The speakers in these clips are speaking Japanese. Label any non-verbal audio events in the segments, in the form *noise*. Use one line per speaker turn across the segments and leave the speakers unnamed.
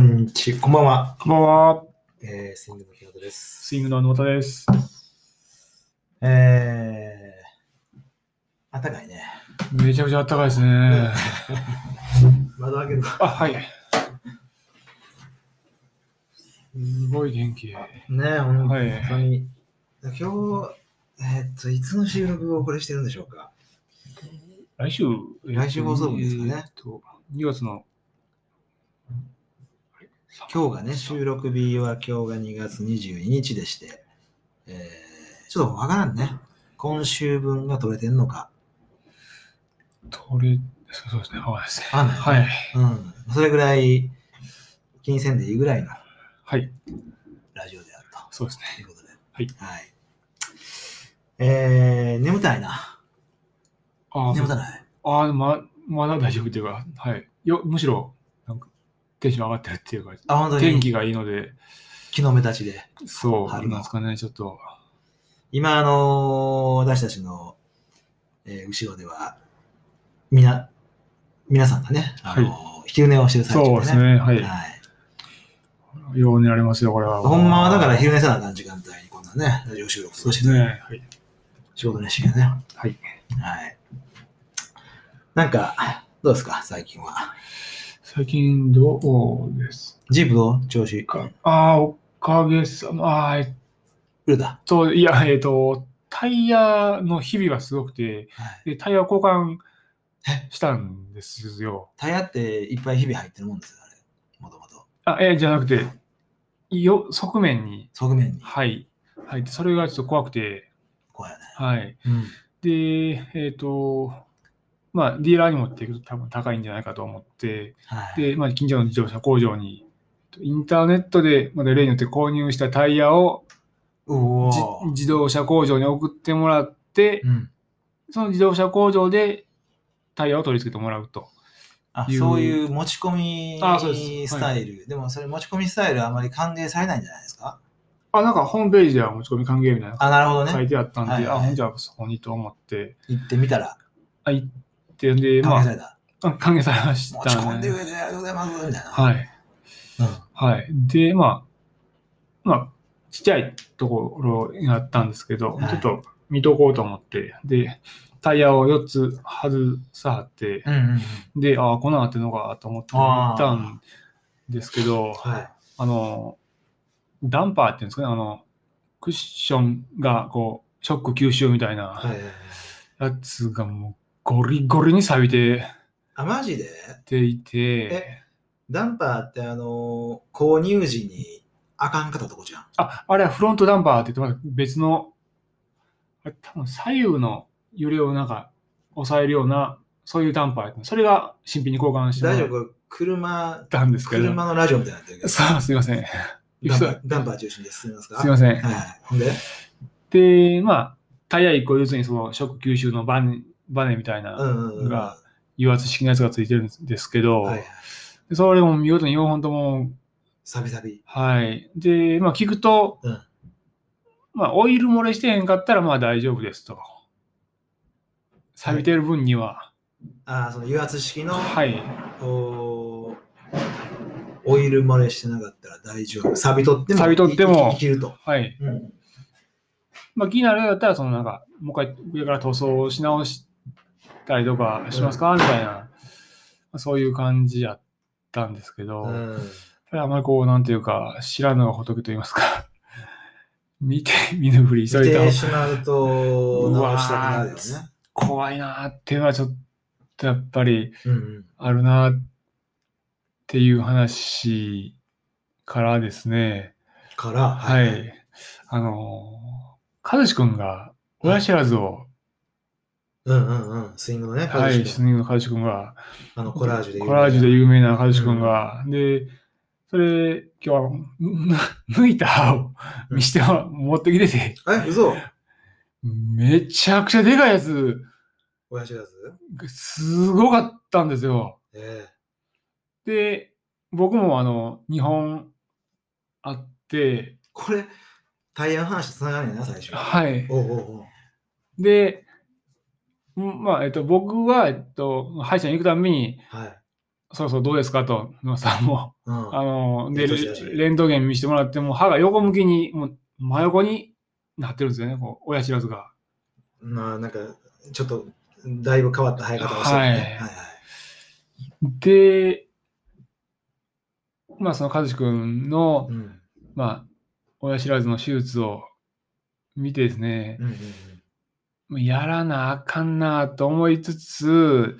んにちは、こんばんは。
こんばんは。
えー、スイングの木本です。
スイングのあの方です。
えー、あったかいね。
めちゃくちゃ暖かいですね。
窓開けるか。
あ、はい。すごい元気で。
ねえ、本当に。
はい
今日、えーっと、いつの収録をこれしてるんでしょうか。
来週、
来週放送分ですかね
えーと。2月の。あれ
今日がね、収録日は今日が2月22日でして、えー、ちょっとわからんね。今週分が取れてんのか。
取れ、そうそうですね。はいですね。
あんない
はい。
うん。それぐらい、気にせんでいいぐらいの
はい。
ラジオであると。
そうですね。
ということで。
はい。
はい。えー、眠たいな。
あー
眠たない。
あー、ま、まだ大丈夫っていうか、はい。よむしろ、なんか、テンション上がってるっていうか、
あ、本当に。
天気がいいので、
昨日目立ちで。
そう、な
春
ん
の
ですかね、ちょっと。
今、あのー私たちの、えー後ろでは、みな、皆さんがね、あのー昼寝をしてる最
そ
中
うで
ですね。
ね、は
は
い。
い。
よう寝られますよ、これは。
ほんまはだから昼寝せなあかん時間帯にこんなね、ラジオ収録
そ
少
う
し
です
ね、
ね。はい。
仕事熱心やね。
はい。
はい。なんか、どうですか、最近は。
最近どうです
ジープどう調子。
かああ、おかげさま。あーえっ
売れた。
と、いや、えっと、タイヤの日々がすごくて、
はい
でタイヤ交換したんですよ。
タイヤっていっぱい日々入ってるもんですよ、あれ。もともと。
あ、えーじゃなくて、よ側面に、
側面に。
はい、はい。それがちょっと怖くて、
こうやね。
はい。
うん。
で、えっ、と、まあ、ディーラーに持っていくと多分高いんじゃないかと思って、
はい。
で、まあ、近所の自動車工場に、インターネットで、まだ例によって購入したタイヤを
うお
じ
ー
自動車工場に送ってもらって、
うん。
その自動車工場でタイヤを取り付けてもらうと。
あ
いう
そういう持ち込み
あそうです
スタイル。でもそれ持ち込みスタイルはあまり歓迎されないんじゃないですか
あ、なんかホームページでは持ち込み歓迎みたいな
あ、なるほど
書い
ね。
てあったんで、
はいはい
あ、ほんじゃそこにと思って、
行ってみたら
あ、行って、で、
歓
ま
迎
あ
された。
あ、歓迎されまし
持ち
た
込んでく
ね。
れてありがとうございます。みたいな。
はい。
うん
はい。で、まあ、まあ、ちっちゃいところやったんですけど、
はい
ちょっと見とこうと思って、で、タイヤを4つ外さはって、
うんうんうん。
で、ああ、こんなんあってんのかと思って行ったんですけど、
はい。
あの、ダンパーっていうんですかね、あの、クッションが、こう、ショック吸収みたい
は
ない
はいはい。
やつがもう、ゴリゴリに錆びて
あ、マジで
ていて、
ダンパーってあのー、購入時にあかんかったとこじゃん。
あ、あれはフロントダンパーって言って、また別の、あれ多分左右の揺れをなんか、抑えるような、そういうダンパーやったそれが新品に交換しても
大
ら
丈
っ
夫これ車、
たんですけど、
車のラジオみたいになってるけど。
さあ、すいません。 *laughs*
ダンパーダンパー中心です。すみますか
すいません。
はい。ほんで
で、まあ、タイヤ1個ずつにそのショック吸収のバネバネみたいな、
うんうんうん。
が油圧式のやつがついてるんですけど、
はいはい。
でそれも見事に4本とも、
サビサビ。
はい。で、まあ聞くと、
うん
まあオイル漏れしてへんかったらまあ大丈夫ですと。錆びてる分には、
ああ、その油圧式の、
はい。
おーオイル漏れしてなかったら大丈夫。サビ取っても、
錆び取っても
いいけると。
はい。
うん。
まあ気になるようだったら、そのなんか、もう一回上から塗装をし直したりとかしますかみたいな、まあそういう感じやったんですけど、
うん
ただあまりこう、なんていうか、知らぬが仏と言いますか、 *laughs* 見て見ぬふり
し
急いだ
てしまうと、
うわー
直したくなるよね。
怖いなーっていうのはちょっとやっぱり
うんうん。
あるなーっていう話からですね、
から、
はい、。あのー、和志くんが、親知らずを、
うんうんうん。スイングのね、
は
和志
い、
君
スニーの和志くんが、
あのコラージュで有名
コラージュで有名な和志くんが、で、それ、今日は、 *laughs* 抜いた歯を
うん
見しては持ってきてて、
え、嘘
めちゃくちゃでかいやつ、
親知らず
すごかったんですよ。
え
で、僕もあの、日本あって、
えこれ、タイヤの話つながるんやな、最初。
はい。
おうおうおう。
で、んまあ、えっと、僕は、えっと、歯医者に行くために、
はい。
そうそう、どうですかと、野田さんも。
うん。
あの、で、
どうしたどうした
レントゲン見せてもらっても、歯が横向きに、もう真横になってるんですよね、こう親知らずが。
まあ、なんか、ちょっと、だいぶ変わった生え方をしてる
はい
ね。はい。
で、まあ、その和志くんの、
うん。
まあ、親知らずの手術を見てですね、
うんうん
もうやらなあかんなあと思いつつ、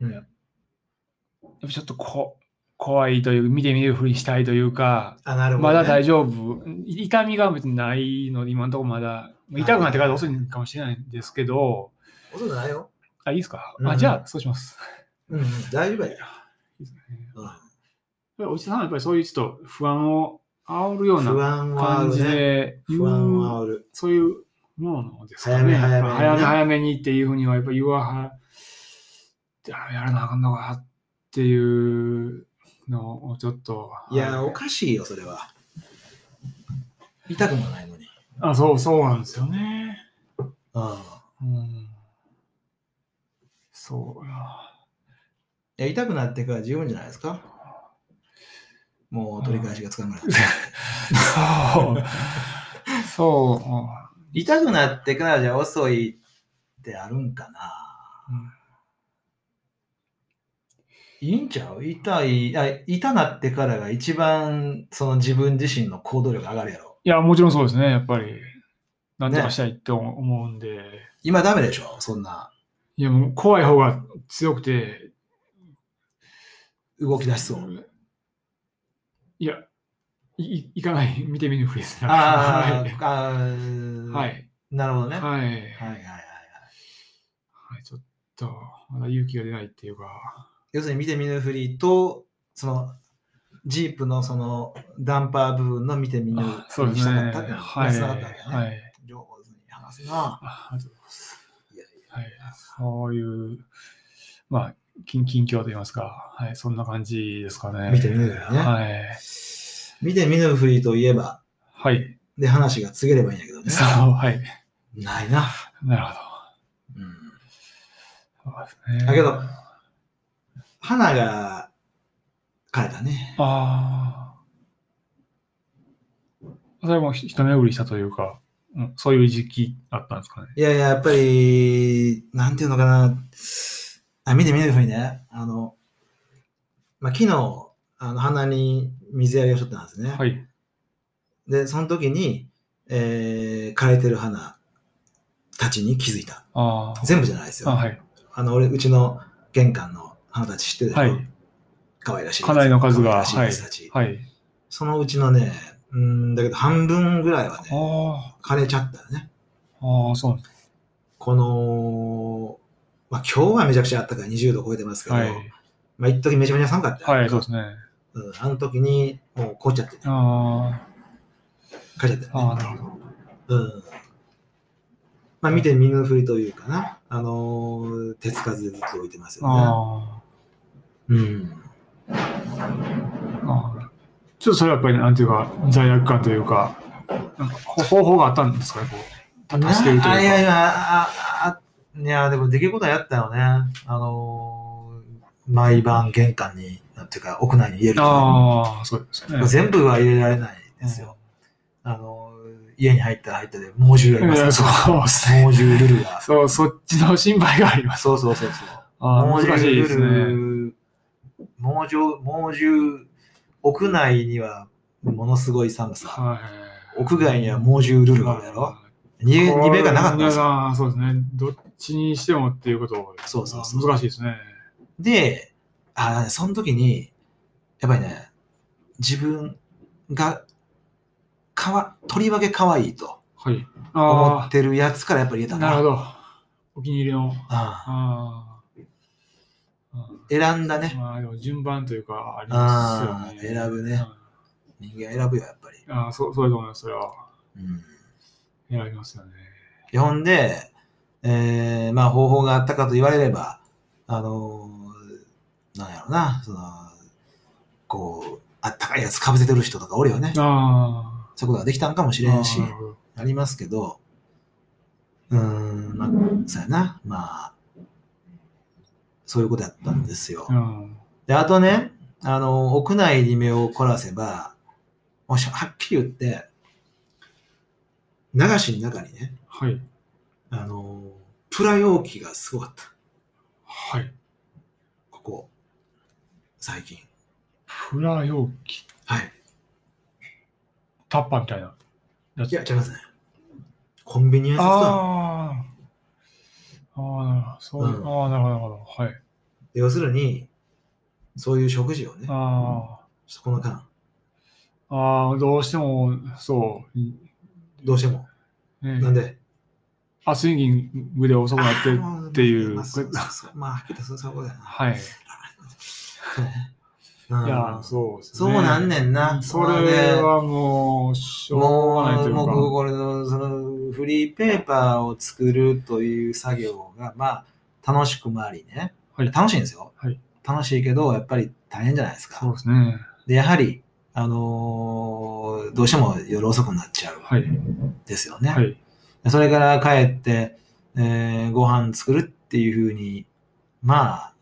うん。う
や
ん
やっぱちょっとこ怖いという、見て見るふりしたいというか、
あ、なるほど
ま
ね。
だ大丈夫。痛みが別にないので、今のところまだ、
い
痛くなってから遅いかもしれないんですけど、
夫。そうじゃないよ。
あ、いいですか、
う
あ
ん
じゃあ、そうします。
うんうん。大丈夫やよ。
いいですね
うん
やっぱりおじさんはやっぱりそういうちょっと不安を煽るよう
不
な
安はあ
感
る
じ
ね。
で、言う
不安はある。
そういうものですかね。
早め早めにね
やっぱ早め早めにっていうふうにはやっぱ言わはあやらなあかんのかっていうのをちょっと。
いや、
は
おかしいよ、それは。痛くもないのに。
あ、そう、そうなんですよね。
うん。
うん。そう
*laughs*
や。
いや、痛くなってから十分じゃないですか。もう取り返しがつかなくなる。
そう。そう。
痛くなってからじゃ遅いってあるんかな。
うん
いいんちゃう痛いあ、痛なってからが一番その自分自身の行動力上がるやろ。
いや、もちろんそうですね、やっぱり。なんとかしたいって思うんで。
今ダメでしょそんない
や、もう怖い方が強くて、
動き出し
*laughs*
そう。
いや、いい行かない、 *laughs* 見て見ぬふりですね。
あ
は
ー
い
あー、
はい。
なるほどね。はい
はい。は
はい
い。
はいはい。
ちょっと、まだ勇気が出ないっていうか。
要するに見て見ぬふりと、そのジープのそのダンパー部分の見て見ぬ
あ
ふ
そう
り
で
にし
す
たか
ね。
ったっていうのは
はい。
つながったわけだね。
はい。
上手に話すな。
あありがとうございます。
いやい
はい。そういう、まあ、近近況といいますか、はい、そんな感じですかね。
見て見ぬふりね
はい。
見て見ぬふりといえば、
はい。
で話が告げればいいんだけどね。
そう、はい。
ないな。
なるほ
うん
ど。そうですね。
だけど
あ
花が枯れたね。
あ。それもひ一巡りしたというか、うん、そういう時期あったんですかね。
いやいや、やっぱり、なんていうのかな。あ見て見ぬふりね。あの、まあ、昨日、あの花に水やりをしとったんですね。
はい。
で、その時に、えー枯れてる花たちに気づいた。
あー
全部じゃないですよ。
あ。
あ
はい。
の、俺、うちの玄関の花たち知ってるでしょ、
はい。
可愛らしいやつ。
かなりの数
可愛
が。
らしい
は
や
い
つたち。。
はい。
そのうちのね、うーんだけど半分ぐらいはね、
あ
枯れちゃったね。
あ。ああ、そうなんです
この、まあ今日はめちゃくちゃ暖かい、20度超えてますけど、
はい。
まあ一時めちゃめちゃ寒かったよ。
はい、そうですね。
うん、あの時にもう凍っちゃってね、
あ
枯れちゃっ
あ。
たよね。
ああ、なるほど。
うん。まあ見て見ぬふりというかな、あのー手つかずでずっと置いてますよね。
あ
うん。
あああ。ちょっとそれはやっぱり、なんていうか、罪悪感というか、なんかほ方法があったんですかね、こう。た助けると
なあいや
い
いう
か。
や、あああいやでもできることはやったよね。あのー毎晩玄関に、なんていうか、屋内に入れる。
ああ、そうですね。
全部は入れられないですよ。あのー家に入ったら入ったで、猛獣やりま
いや
す
そ
よ。
うですね。
猛獣ルルが。
そう、そっちの心配があります。
そうそうそうそう。
ああ、難しいですね。
ね。猛獣、猛獣、屋内にはものすごい寒さ。
はい。
屋外には猛獣ルルがあるやろ。逃げ、逃げがなかったんですよ。
ああ、そうですね。どっちにしてもっていうことを
そうそうそう
難しいですね。
で、あーその時に、やっぱりね、自分が、かわ、とりわけ可愛いと
はい。
思
あ
ってるやつからやっぱり入れ
あ、
た
なるほ
ど。
ど。お気に入りの。
あ
ああ。
ー選んだね。
まあ、でも順番というか、ありますよね。
ああ選ぶね
うん。
人間選ぶよ、やっぱり。
ああ、そう、そうだと思います。それは。
うん。
選びますよね。
でほんで、えー、まあ方法があったかと言われれば、あのーなんやろうな、その、こう、あったかいやつかぶせてる人とかおるよね。
ああ。
そういうことができたんかもしれんし
ああ。なるほど
ありますけど、うーん、まあ、そうやな、まあ、そういうことやったんですよ
う。ん。
で、あとね、あの、屋内に目を凝らせば、もうしはっきり言って、流しの中にね、
はい。
あの、プラ容器がすごかった。
はい。
ここ、最近。
プラ容器。
はい。
タッパーみたいな。やつ
いや、違いますね。コンビニエンスストア。
ああ。ああ、なるほど。そういう、
うん
ああ、なるほど、なるほど。はい。
要するに、そういう食事をね、ちょ
あ
っとこの間、
あ。ああ、どうしても、そう。
どうしても。
ね
なんで、
あ、スイングで遅くなって。っていう
まあ、そうそうそうまあ、はっきり言ってそうそういうことやな。
はい。
うん
いや、そうですね。
そうなんねんな
それはもう、しょうがない
もう、
というか。
僕、これの、その、フリーペーパーを作るという作業が、まあ、楽しくもありね。
はい
楽しいんですよ。
はい
楽しいけど、やっぱり大変じゃないです
そう
か。
ですね。
で、やはり、あのーどうしても夜遅くなっちゃうん
はい。
ですよね。
はい。
でそれから帰って、えーご飯作るっていうふうに、ま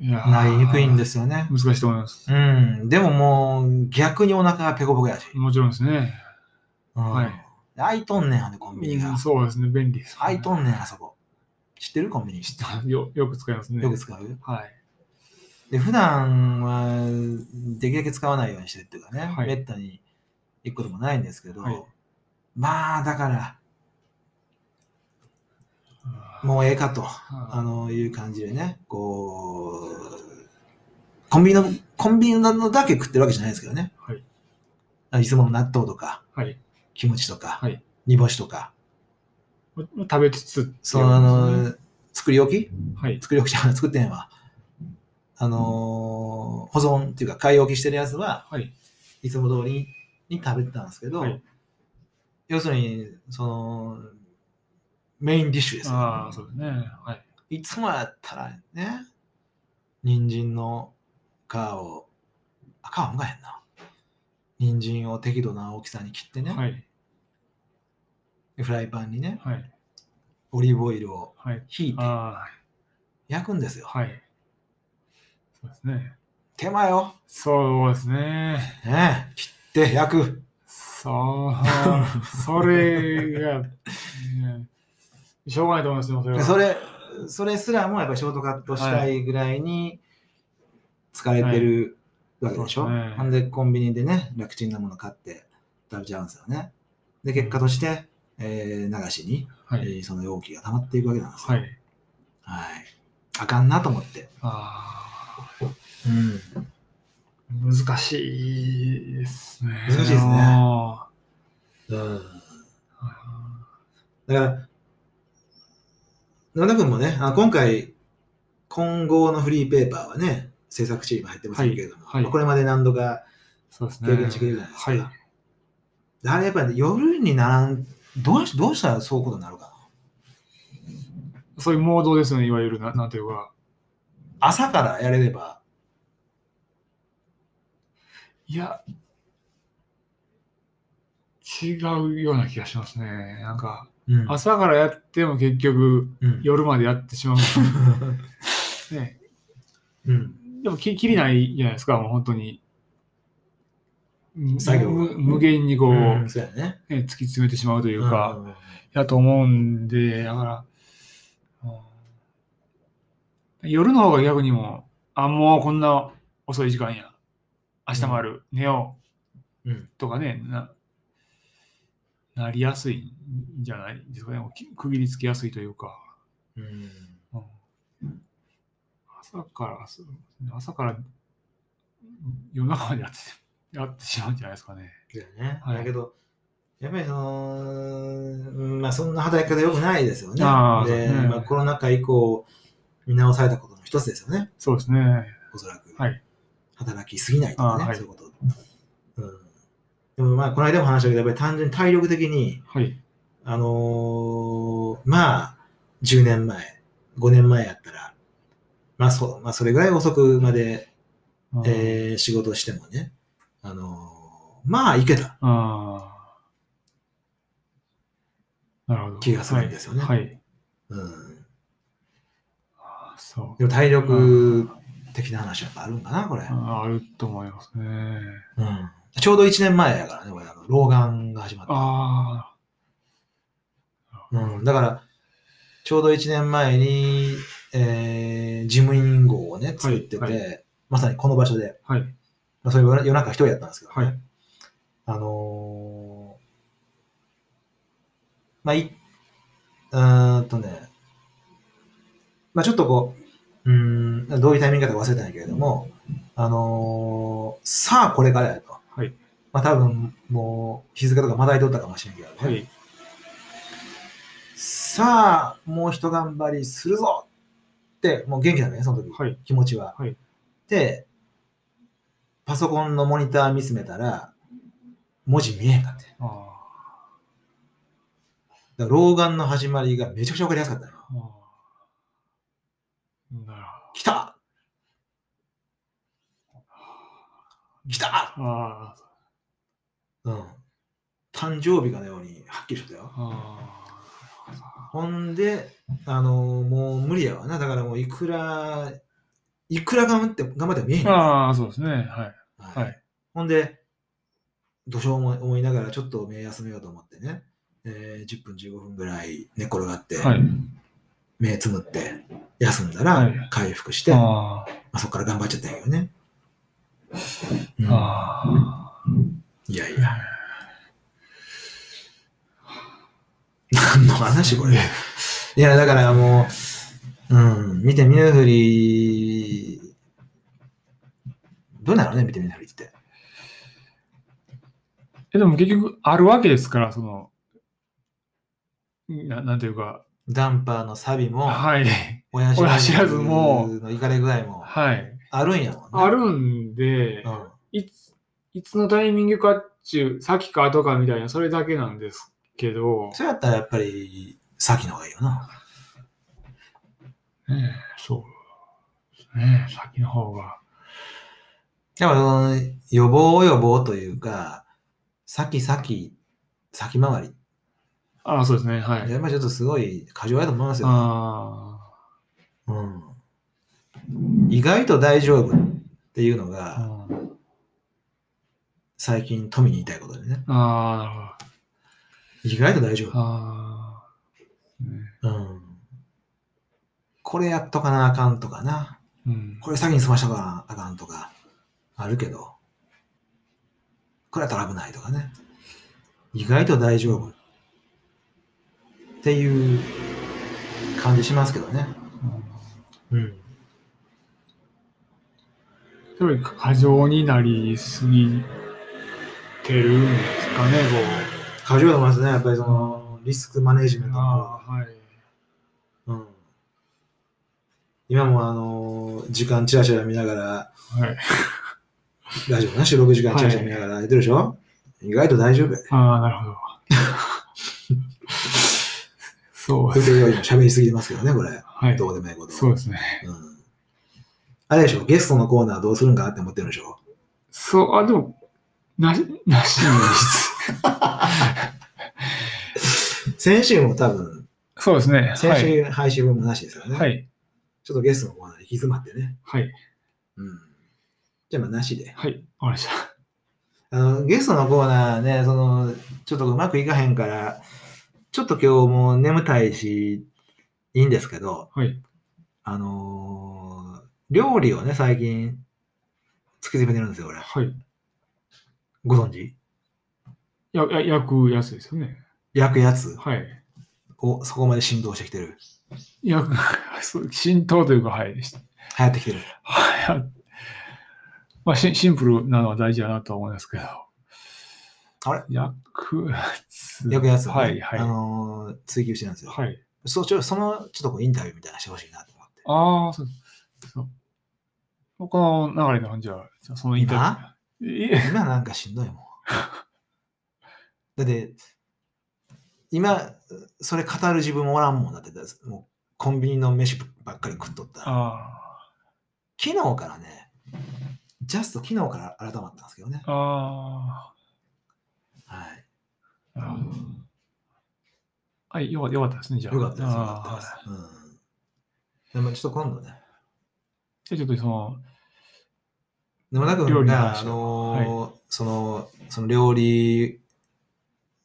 いや。
あ、なりにくいんですすよね。
難しいと思います。
うん。でももう、逆にお腹がペコペコやし。
もちろんですね。
うん
はい
で開いとんねん、あのコンビニ
う
が
ん。そうですね、便利です、
開いとんねん、あそこ。知ってるコンビニ。知って
よよく使いますね。
よく使う
はい。
で、普段は、できるだけ使わないようにしてるっていうかね、
はい
めったに行くこともないんですけど、
はい
まあ、だから、もうええかと、あの、いう感じでね、こう、コンビニの、コンビニのだけ食ってるわけじゃないですけどね。
はい
あいつもの納豆とか、
はい。
キムチとか、
はい
煮干しとか、
ま食べつつっていう
その、あの、作り置き
はい。
作り置きじゃない、作ってへんわ。あのー保存っていうか、買い置きしてるやつは、
はい。
いつも通りに食べてたんですけど、
はい
要するに、その、メインディッシュですよ
ああ、そうですね。はい。
いつもやったらね、人参の皮を、あ、皮むかへんな。人参を適度な大きさに切ってね、
はい。
フライパンにね、
はい。
オリーブオイルを
はい。
ひいて
あ
焼くんですよ
あ、。はい。そうですね。
手間よ。
そうですね。
ねえ、切って焼く。
そう、それが、ねしょうがないと思いますよ、それ
で
は。
それ、それすらもやっぱショートカットしたいぐらいに疲れてるわけでしょ。
そうですね
なんでコンビニでね、楽ちんなもの買って食べちゃうんですよね。で、結果として、えー流しに、
は
え
い。
ーその容器が溜まっていくわけなんですよ。
は
はい。
い。
あかんなと思って。
ああ、
うん。
難しいですね。
難しいですね
ああ
だから、野田君もね、あ今回、今後のフリーペーパーはね、制作チーム入ってますけれども、
はいはい
これまで何度か
そうですね。
経験してくれるじゃないですか。
はい。
あれやっぱり夜にならん、どうしどうしたらそういうことになるかな。
そういうモードですよね、いわゆるな、なんていうか。
朝からやれれば、
いや、違うような気がしますね。なんか、
うん
朝からやっても結局、
うん
夜までやってし
*laughs*
まうので、ね。
うん
でもき、きりないじゃないですか、もう本当に。
作業
無無限にこう、
うんそうやね。
ね突き詰めてしまうという
う
か、
ん
やと思うんで、だから、うん夜の方が逆にも、あ、もうこんな遅い時間や。明日もある、寝よう、
うん
とかね、な、なりやすいんじゃないですかね。き区切りつけやすいというか。
うん
うん朝から、そう朝から夜中までやってやってしまうんじゃないですかね。
そうやね。
はい
だけど、やっぱりその、うんまあそんな働き方良くないですよね。
あー
で、
そうね
まあ、コロナ禍以降、見直されたことの一つですよね。
そうですね。
おそらく。
はい
働きすぎないとかね、
あーはい
そういうこと。うん、でもまあ、この間も話したけど、やっぱり単純に体力的に、
はい。
あのーまあ、10年前、5年前やったら、まあそう、まあそれぐらい遅くまで、
あー
えー仕事してもね、あのーまあいけた
あーなるほど。
気がするんですよね
はい。はい
うん。
あーそう。
でも体力的な話やっぱあるんかな、これ。
ああると思いますね。
うん。ちょうど1年前やからね、これ、あの老眼が始まった。
あ
うん。だから、ちょうど1年前に、えー、事務員号をね、作ってて、
はい
まさにこの場所で、
あ、はい、
まあ、それ夜中一人やったんですけど、
はい、
あのーまあ、い、うーんとね、まあ、ちょっとこう、うーん、どういうタイミングか忘れてないけれども、あのーさあこれからやと。
はい
まあ、多分、もう、日付とかまだいとったかもしれんけどね。
はい、
さあ、もう一頑張りするぞって、もう元気だね、その時、
はい、
気持ちは。
はい
で、パソコンのモニター見つめたら、文字見えへんかって。
ああ
だから老眼の始まりがめちゃくちゃ分かりやすかったよ。
ああ、なる
来た
ほど。
来た
あ
うん。誕生日かのようにはっきりしてたよ。
あ、ああ、
ほんで、あのーもう無理やわな。だからもういくら、いくら頑張って頑張っても見えへん。
ああ、そうですね。はい。
は
はいい、
ほんで、どうしようも思いながらちょっと目休めようと思ってね、えー10分15分ぐらい寝転がって、
はい。
目つむって休んだら
はい
回復して、ま
あ
あ、そこから頑張っちゃったんやけどね。うん
あ、あ
いやいや。何の話これ。いや、だからもう、うん、見て見ぬふり、どうなのね、見て見ぬふりって。
あ。え、でも結局、あるわけですから、その、ななんていうか、
ダンパーのサビも、
はい。
親
親知らずも
のいかれ具合も
はい。
あるんやもんね。
あるんで
う、ん。
いつ、いつのタイミングかっちゅう、先か後かみたいな、それだけなんですけど、
そうやったらやっぱり、先の方がいいよな。
ねえそうですね、先の方が。
やっぱその、予防予防というか、先先、先回り。
ああ、そうですね、はい。
やっぱりちょっとすごい過剰やと思いますよ。
あ
うん。意外と大丈夫っていうの
あ、
が、
あ
最近富に言いたいことでね。
あ、なるほど。
意外と大丈夫。
ああ、ね
うん。これやっとかなあかんとかな。
うん、
これ先に済ましたからあかんとか、あるけど、これやったら危ないとかね。意外と大丈夫。っていう感じしますけどね。うん。
一人過剰になりすぎてるんですかね、
過剰だと思いますね。やっぱりそ
こう。
の、リスクマネジメントの方が
ああ、はい。
うん。今もあのー時間チラチラ見ながら、
はい、
大丈夫な収録時間チラチラ見ながらやってるでしょ、意外と大丈 *laughs* 夫や。
ああ、なるほど。そう
不
です。
定よりも喋りすぎてますけどね、これ。
はい。
どうでもいいこと。
そうですね。
うんあれでしょ、ゲストのコーナーどうするんかなって思ってるんでしょ。
そう、あ、でも、なし、なしに
先週も多分、
そうですね。
先
はい。
週配信分もなしですよね。
はい。
ちょっとゲストのコーナーに行き詰まってね。
はい。
うん。じゃあまあなしで。
はい。わかりました。
あの、ゲストのコーナーね、その、ちょっとうまくいかへんから、ちょっと今日もう眠たいし、いいんですけど、
はい。
あのー料理をね、最近、突き詰めてるんですよ、俺。
はい。
ご存知
や、や、焼くやつですよね。
焼くやつ
はい。
をそこまで振動してきてる。
焼く、 *laughs* そう浸透というか、はい。
流行ってきてる。
はい。まあシ、シンプルなのは大事だなとは思いますけど。
あれ
焼くやつ。
焼くやつをね、
はい、はい。
あのー追求してるんですよ。
はい。
そうちょそのちょっとこうインタビューみたいなのしてほしいなと思って。
ああ、そうそう。僕の流れの感じは、じゃあそのインタビュー。いえ、
今なんかしんどいも
*laughs*
ん。だって、今、それ語る自分もおらんもんだって、もうコンビニの飯ばっかり食っとったら。
あ
昨日からね、ジャスト昨日から改まったんですけどね
あ、。あ
はい。
あ、なるほど。はい、よかよかったですね、じゃあ。
よかったです、よ
あ
かったです。うんでもちょっと今度ね、
じゃあちょっとその、
沼田
料
君
理の
が、
話
あのーその、その料理、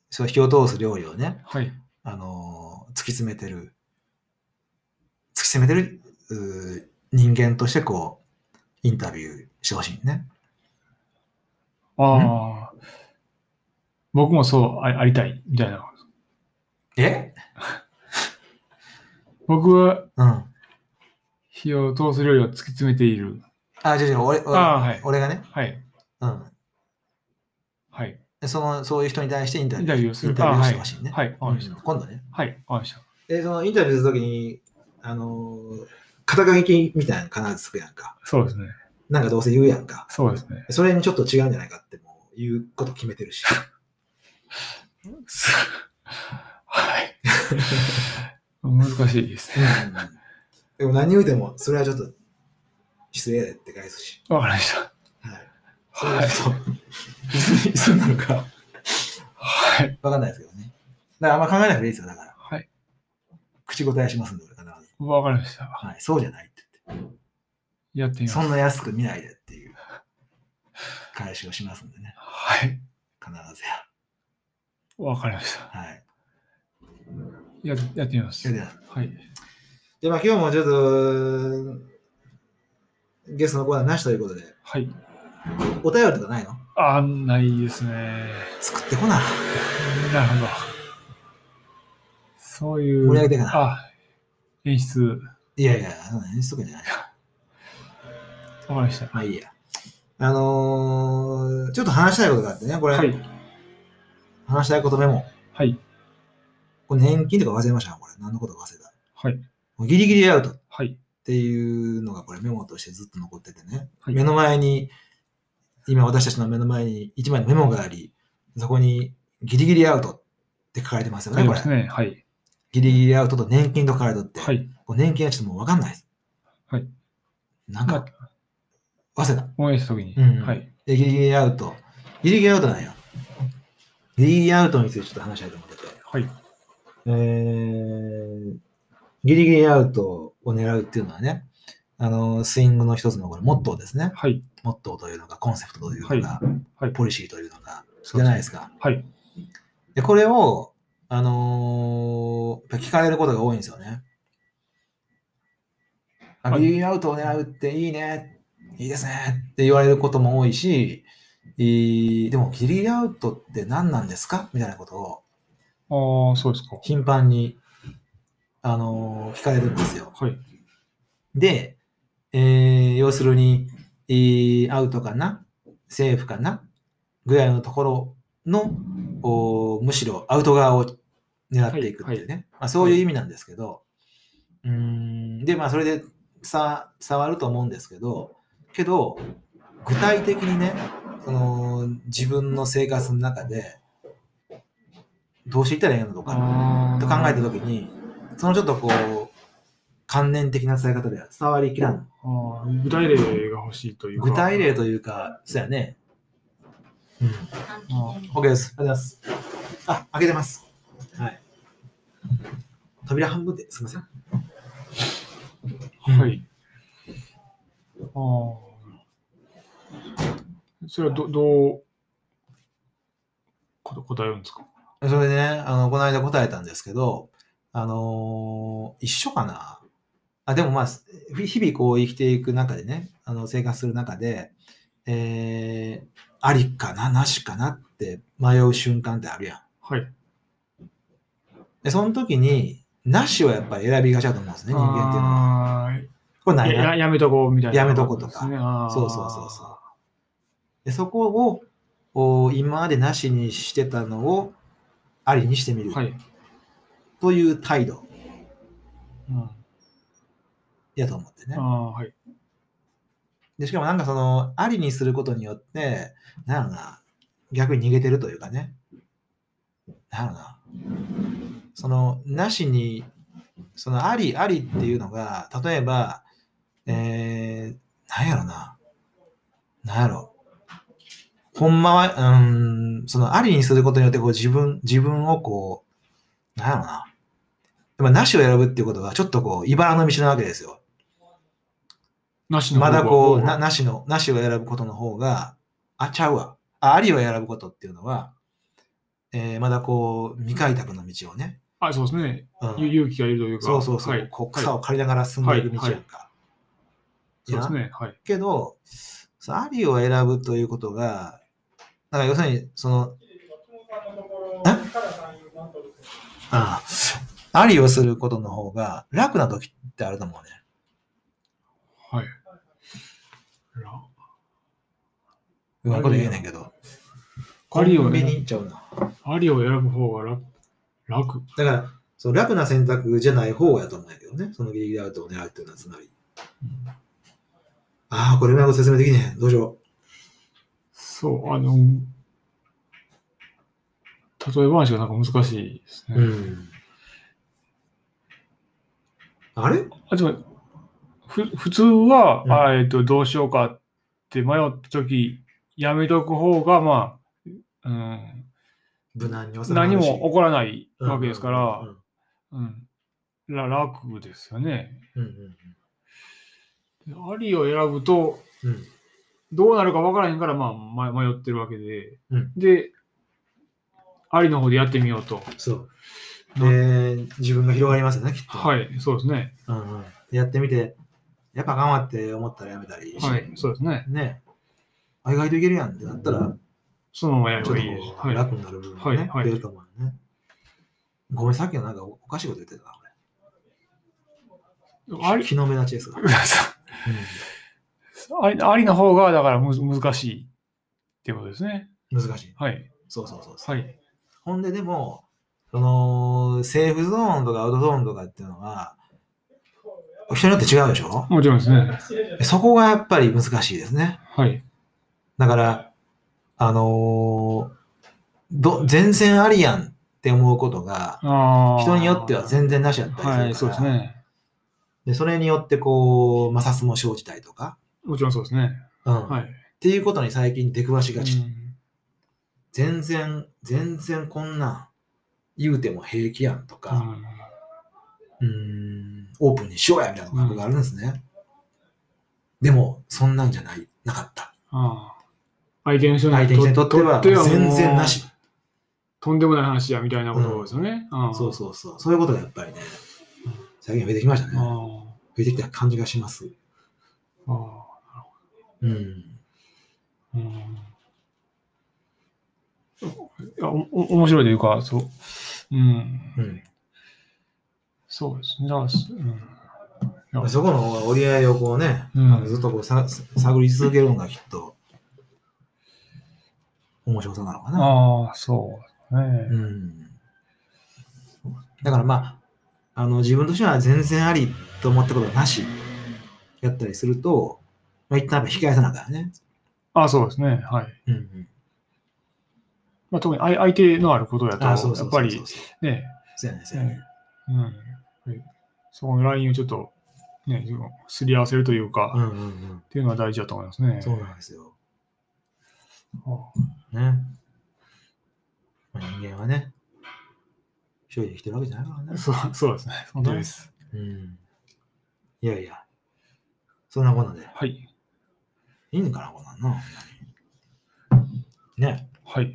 その火を通す料理をね、
はい。
あのー突き詰めてる、突き詰めてるうー人間としてこう、インタビューしてほしいね。
ああ。僕もそうあありたい、みたいな。
え
僕は
うん。あ、
火を通す料理を突き詰めている。
じゃあじゃあ俺、俺
あーはい
俺がね、
はい。
うん。
はい。
でその、そういう人に対してインタビ
イン
ュ
タ
ー
ビューする。
インタビューしてほしいね
あはい。はい。わかりまし
うん
た。
今度ね。
はい。わかりました。
で、そのインタビューするときに、あのー肩書きみたいなの必ずつくやんか。
そうですね。
なんかどうせ言うやんか。
そうですね。
それにちょっと違うんじゃないかってもう言うこと決めてるし。
す *laughs* はい。難しいですね。
でも何言うても、それはちょっと失礼やでって返すし。
わかりました。
はい。それ
は。
はいちょっと、別にそうなのか、
はい。
わかんないですけどね。だからあんま考えなくていいですよ、だから。
はい。
口答えしますんで、俺必ず。
わかりました。
はい。そうじゃないって言っ
やって
て。
みま
そ
す。
んな安く見ないでっていう返しをしますんでね。
はい。
必ず
わかりました。
や。はい。
ややってみま
それ
す。
では
はい。
で、まあ今日もちょっと、ゲストのコーナーなしということで、
はい。
お便りとかないの
あ、ないですね。
作ってこな。
なるほど。そういう。
盛り上げていかな
あ、演出。
いやいや、そんな演出とかじゃない。
わかりました。
まあいいや。あのーちょっと話したいことがあってね、これ、
はい。
話したいことメモ。
はい。
これ年金とか忘れましたこれ。何のことか忘れた。
はい。
もうギリギリアウトっ
はい。
ていうのがこれメモとしてずっと残っててね。
はい
目の前に、今私たちの目の前に一枚のメモがあり、そこにギリギリアウトって書かれてますよ
あ
ね、
り
こ
ま
れ。
すね。はい。
ギリギリアウトと年金と書かれとって、
はい。
これ年金はちょっともう分かんないです。
はい。
なんか、忘れた。
応援したときに、
うん
はい。
で、ギリギリアウト。ギリギリアウトなんや。ギリギリアウトについてちょっと話したいと思ってて。
はい。
えー、ギリギリアウトを狙うっていうのはね、あの、スイングの一つのこれ、モットーですね。
はい。
モットーというのが、コンセプトというのが、
はい。
ポリシーというのが、
そ
じ
う
ゃない
で
ですすか。
はい。
で、これを、あのーやっぱ聞かれることが多いんですよね。あ
はい
ギリギリアウトを狙うっていいね、いいですねって言われることも多いし、いいでもギリギリアウトって何なんですかみたいなことを
ああ、そうですか。
頻繁に、あのー聞かれるんですよ。
はい。
で、えー要するに、えーアウトかなセーフかなぐらいのところの、おーむしろアウト側を狙っていくっていうね。まあ、そういう意味なんですけど、うーん、で、まあ、それでさ伝わると思うんですけど、けど、具体的にね、その自分の生活の中で、どうしていったらいいのとか、
ああ。
と考えたときに、そのちょっとこう、観念的な伝え方では伝わりきらん。
あー具体例が欲しいというか。
具体例というか、そうやね。うん。
あ
OK です。ありがとうございます。あ、開けてます。はい。扉半分で、すみません。
ーはい。ああ。それはど、どう、こと答えるんですか
それでね、あの、この間答えたんですけど、あのー一緒かな。あ、でもまあ、ふ日々こう生きていく中でね、あの、生活する中で、えー、ありかな、なしかなって迷う瞬間ってあるやん。
はい。
で、その時に、なしをやっぱり選びがちだと思うんですね、人間っていうのは。
あー
これない
や
な。
ややめとこうみたいな。
やめとこうとか
ですねあー
そうそうそうそう。で、そこを、お今までなしにしてたのを、ありにしてみる
はい。
という態度
うん、あ
やと思ってね
ー。はい。
で、しかもなんかその、ありにすることによって、なんやろな、逆に逃げてるというかね。なんやろな。その、なしに、その、あり、ありっていうのが、例えば、えー、なんやろな。なんやろ。ほんまは、うん、その、ありにすることによって、こう、自分、自分をこう、なんやろな。でも、なしを選ぶっていうことは、ちょっとこう、茨の道なわけですよ。
なしの
まだこう、な
な
なしの、なしを選ぶことの方が、あちゃうわ。あありを選ぶことっていうのは、えーまだこう、未開拓の道をね、
あ、そうですね。
うん
ゆ勇気がいるというか。
そうそうそう、
はい
こう草を借りながら進んでいく道やんか。い
そう
や
ですね。はい。
けど、そのありを選ぶということが、だから要するに、その、ああ、ありをすることの方が楽な時ってあると思うね。
はい。ら
うまいこと言えねんけど。コ
あ
ン
りを
ビ
選
ニ行っちゃうな。
ぶありを選ぶ方が楽。楽。
だから、その楽な選択じゃない方やと思うんやけどね。そのギリギリアウトを狙うっていうのはつまり。ああ、これうまいこと説明できねえ。どうしよ
そう、あの、例え話がなんか難しいですね。
う。ん。あれ
あ、つまり、ふ普通は、
うん
あえっと、どうしようかって迷ったとき、やめとく方が、まあ、うん、
無難に収まる
何
し
も起こらないわけですか
うん
ら、うん、ら楽ですよね。
うんうん
ありを選ぶと、
うんうん
どうなるかわからへんから、まあ、ま迷ってるわけで、
うん
で、ありの方でやってみようと。
そう。で、自分が広がりますよね、きっと。
はい、そうですね。
うんうんやってみて、やっぱ頑張って思ったらやめたりして、
はい、そうですね。
ね。あ、意外といけるやんってなったら、
そのままやれ
ちょっ
ば
と
いいです。
こ
は
う
い。
楽になる部分が
はい
ね、
はい
出ると思うよね。ごめん、さっきのなんかおおかしいこと言ってたな、
あ
俺。
り、
気の目立ちですが。
ありありの方が、だからむず難しいってことですね。
難しい。
はい。
そうそうそうそう。
はい。
ほんで、でも、その、セーフゾーンとかアウトゾーンとかっていうのは、人によって違うでしょ
もちろんですね。
そこがやっぱり難しいですね。
はい。
だから、あのーど、全然ありやんって思うことが、
ああ。
人によっては全然なしやったりするから、
はい、そうですね。
でそれによってこう、摩擦も生じたりとか、
もちろんそうですね。
うん
はい。
っていうことに最近出くわしがち。
うん
全然、全然こんなん言うても平気やんとか、うーん、オープンにしようやみたいなことがあるんですね。でも、そんなんじゃない、なかった。
ああ相手の人
相手にとっては全然な。
も
し。
うとんでもない話や、みたいなことですよね。ああ
そうそうそう。そういうことがやっぱりね、最近増えてきましたね。
あ
増えてきた感じがします。
あああ
うん。
うんいやおお面白いというか、そう。うん。
うん
そうですね。だからすうん
まあそこの折り合いをこうね、
うん
あのずっとこうさ探り続けるのがきっと、面白さなのかな。
ああ、そう
う
ね。
んだからまあ、あの自分としては全然ありと思ったことはなしやったりすると、まあ、一旦やっぱ控えさなあからね。
ああ、そうですね。はい。
うんうん、
まあ、特に相相手のあることやと、
あそう
や
そう
っ
そ
ぱ
うそ
り
うそう。
ね、
そうやね、そうやね。
うんはいそこのラインをちょっと、ね、自分すり合わせるというか、
う
っ
んうんうん。
ていうのは大事だと思いますね。
そうなんですよ。
あ
ね。まあ、人間はね、一人で生きてるわけじゃないから
あ
ね。
そうそうですね。本当です。
うん。いやいや。そんなことで。
はい。
いいんかな、こんなんな。ね。
はい。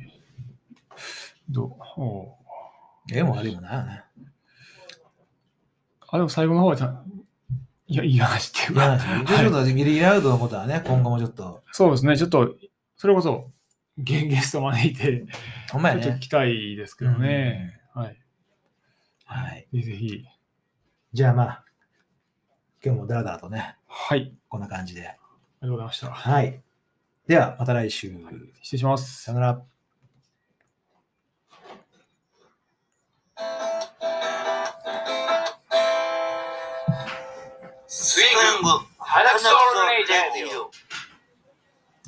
どうおう
ええも悪いもないよね。
あ、でも最後の方はちゃん、いや、いい話っていう
いや
か、
なんですよちょっとギリギリアウトのことはね、今後もちょっと、
そうですね。ちょっと、それこそ、ゲゲスト招い *laughs* て、
ほんまや
ちょっと
ね。
来たいですけどね。はい。
はい。
ぜひぜひ。
じゃあまあ、今日もダラダラとね、
はい。あり
こんな感じで。
がとうございました。
はい。では、また来週。
失礼します
さ。よなら。
スイング、花クソールネイティブ。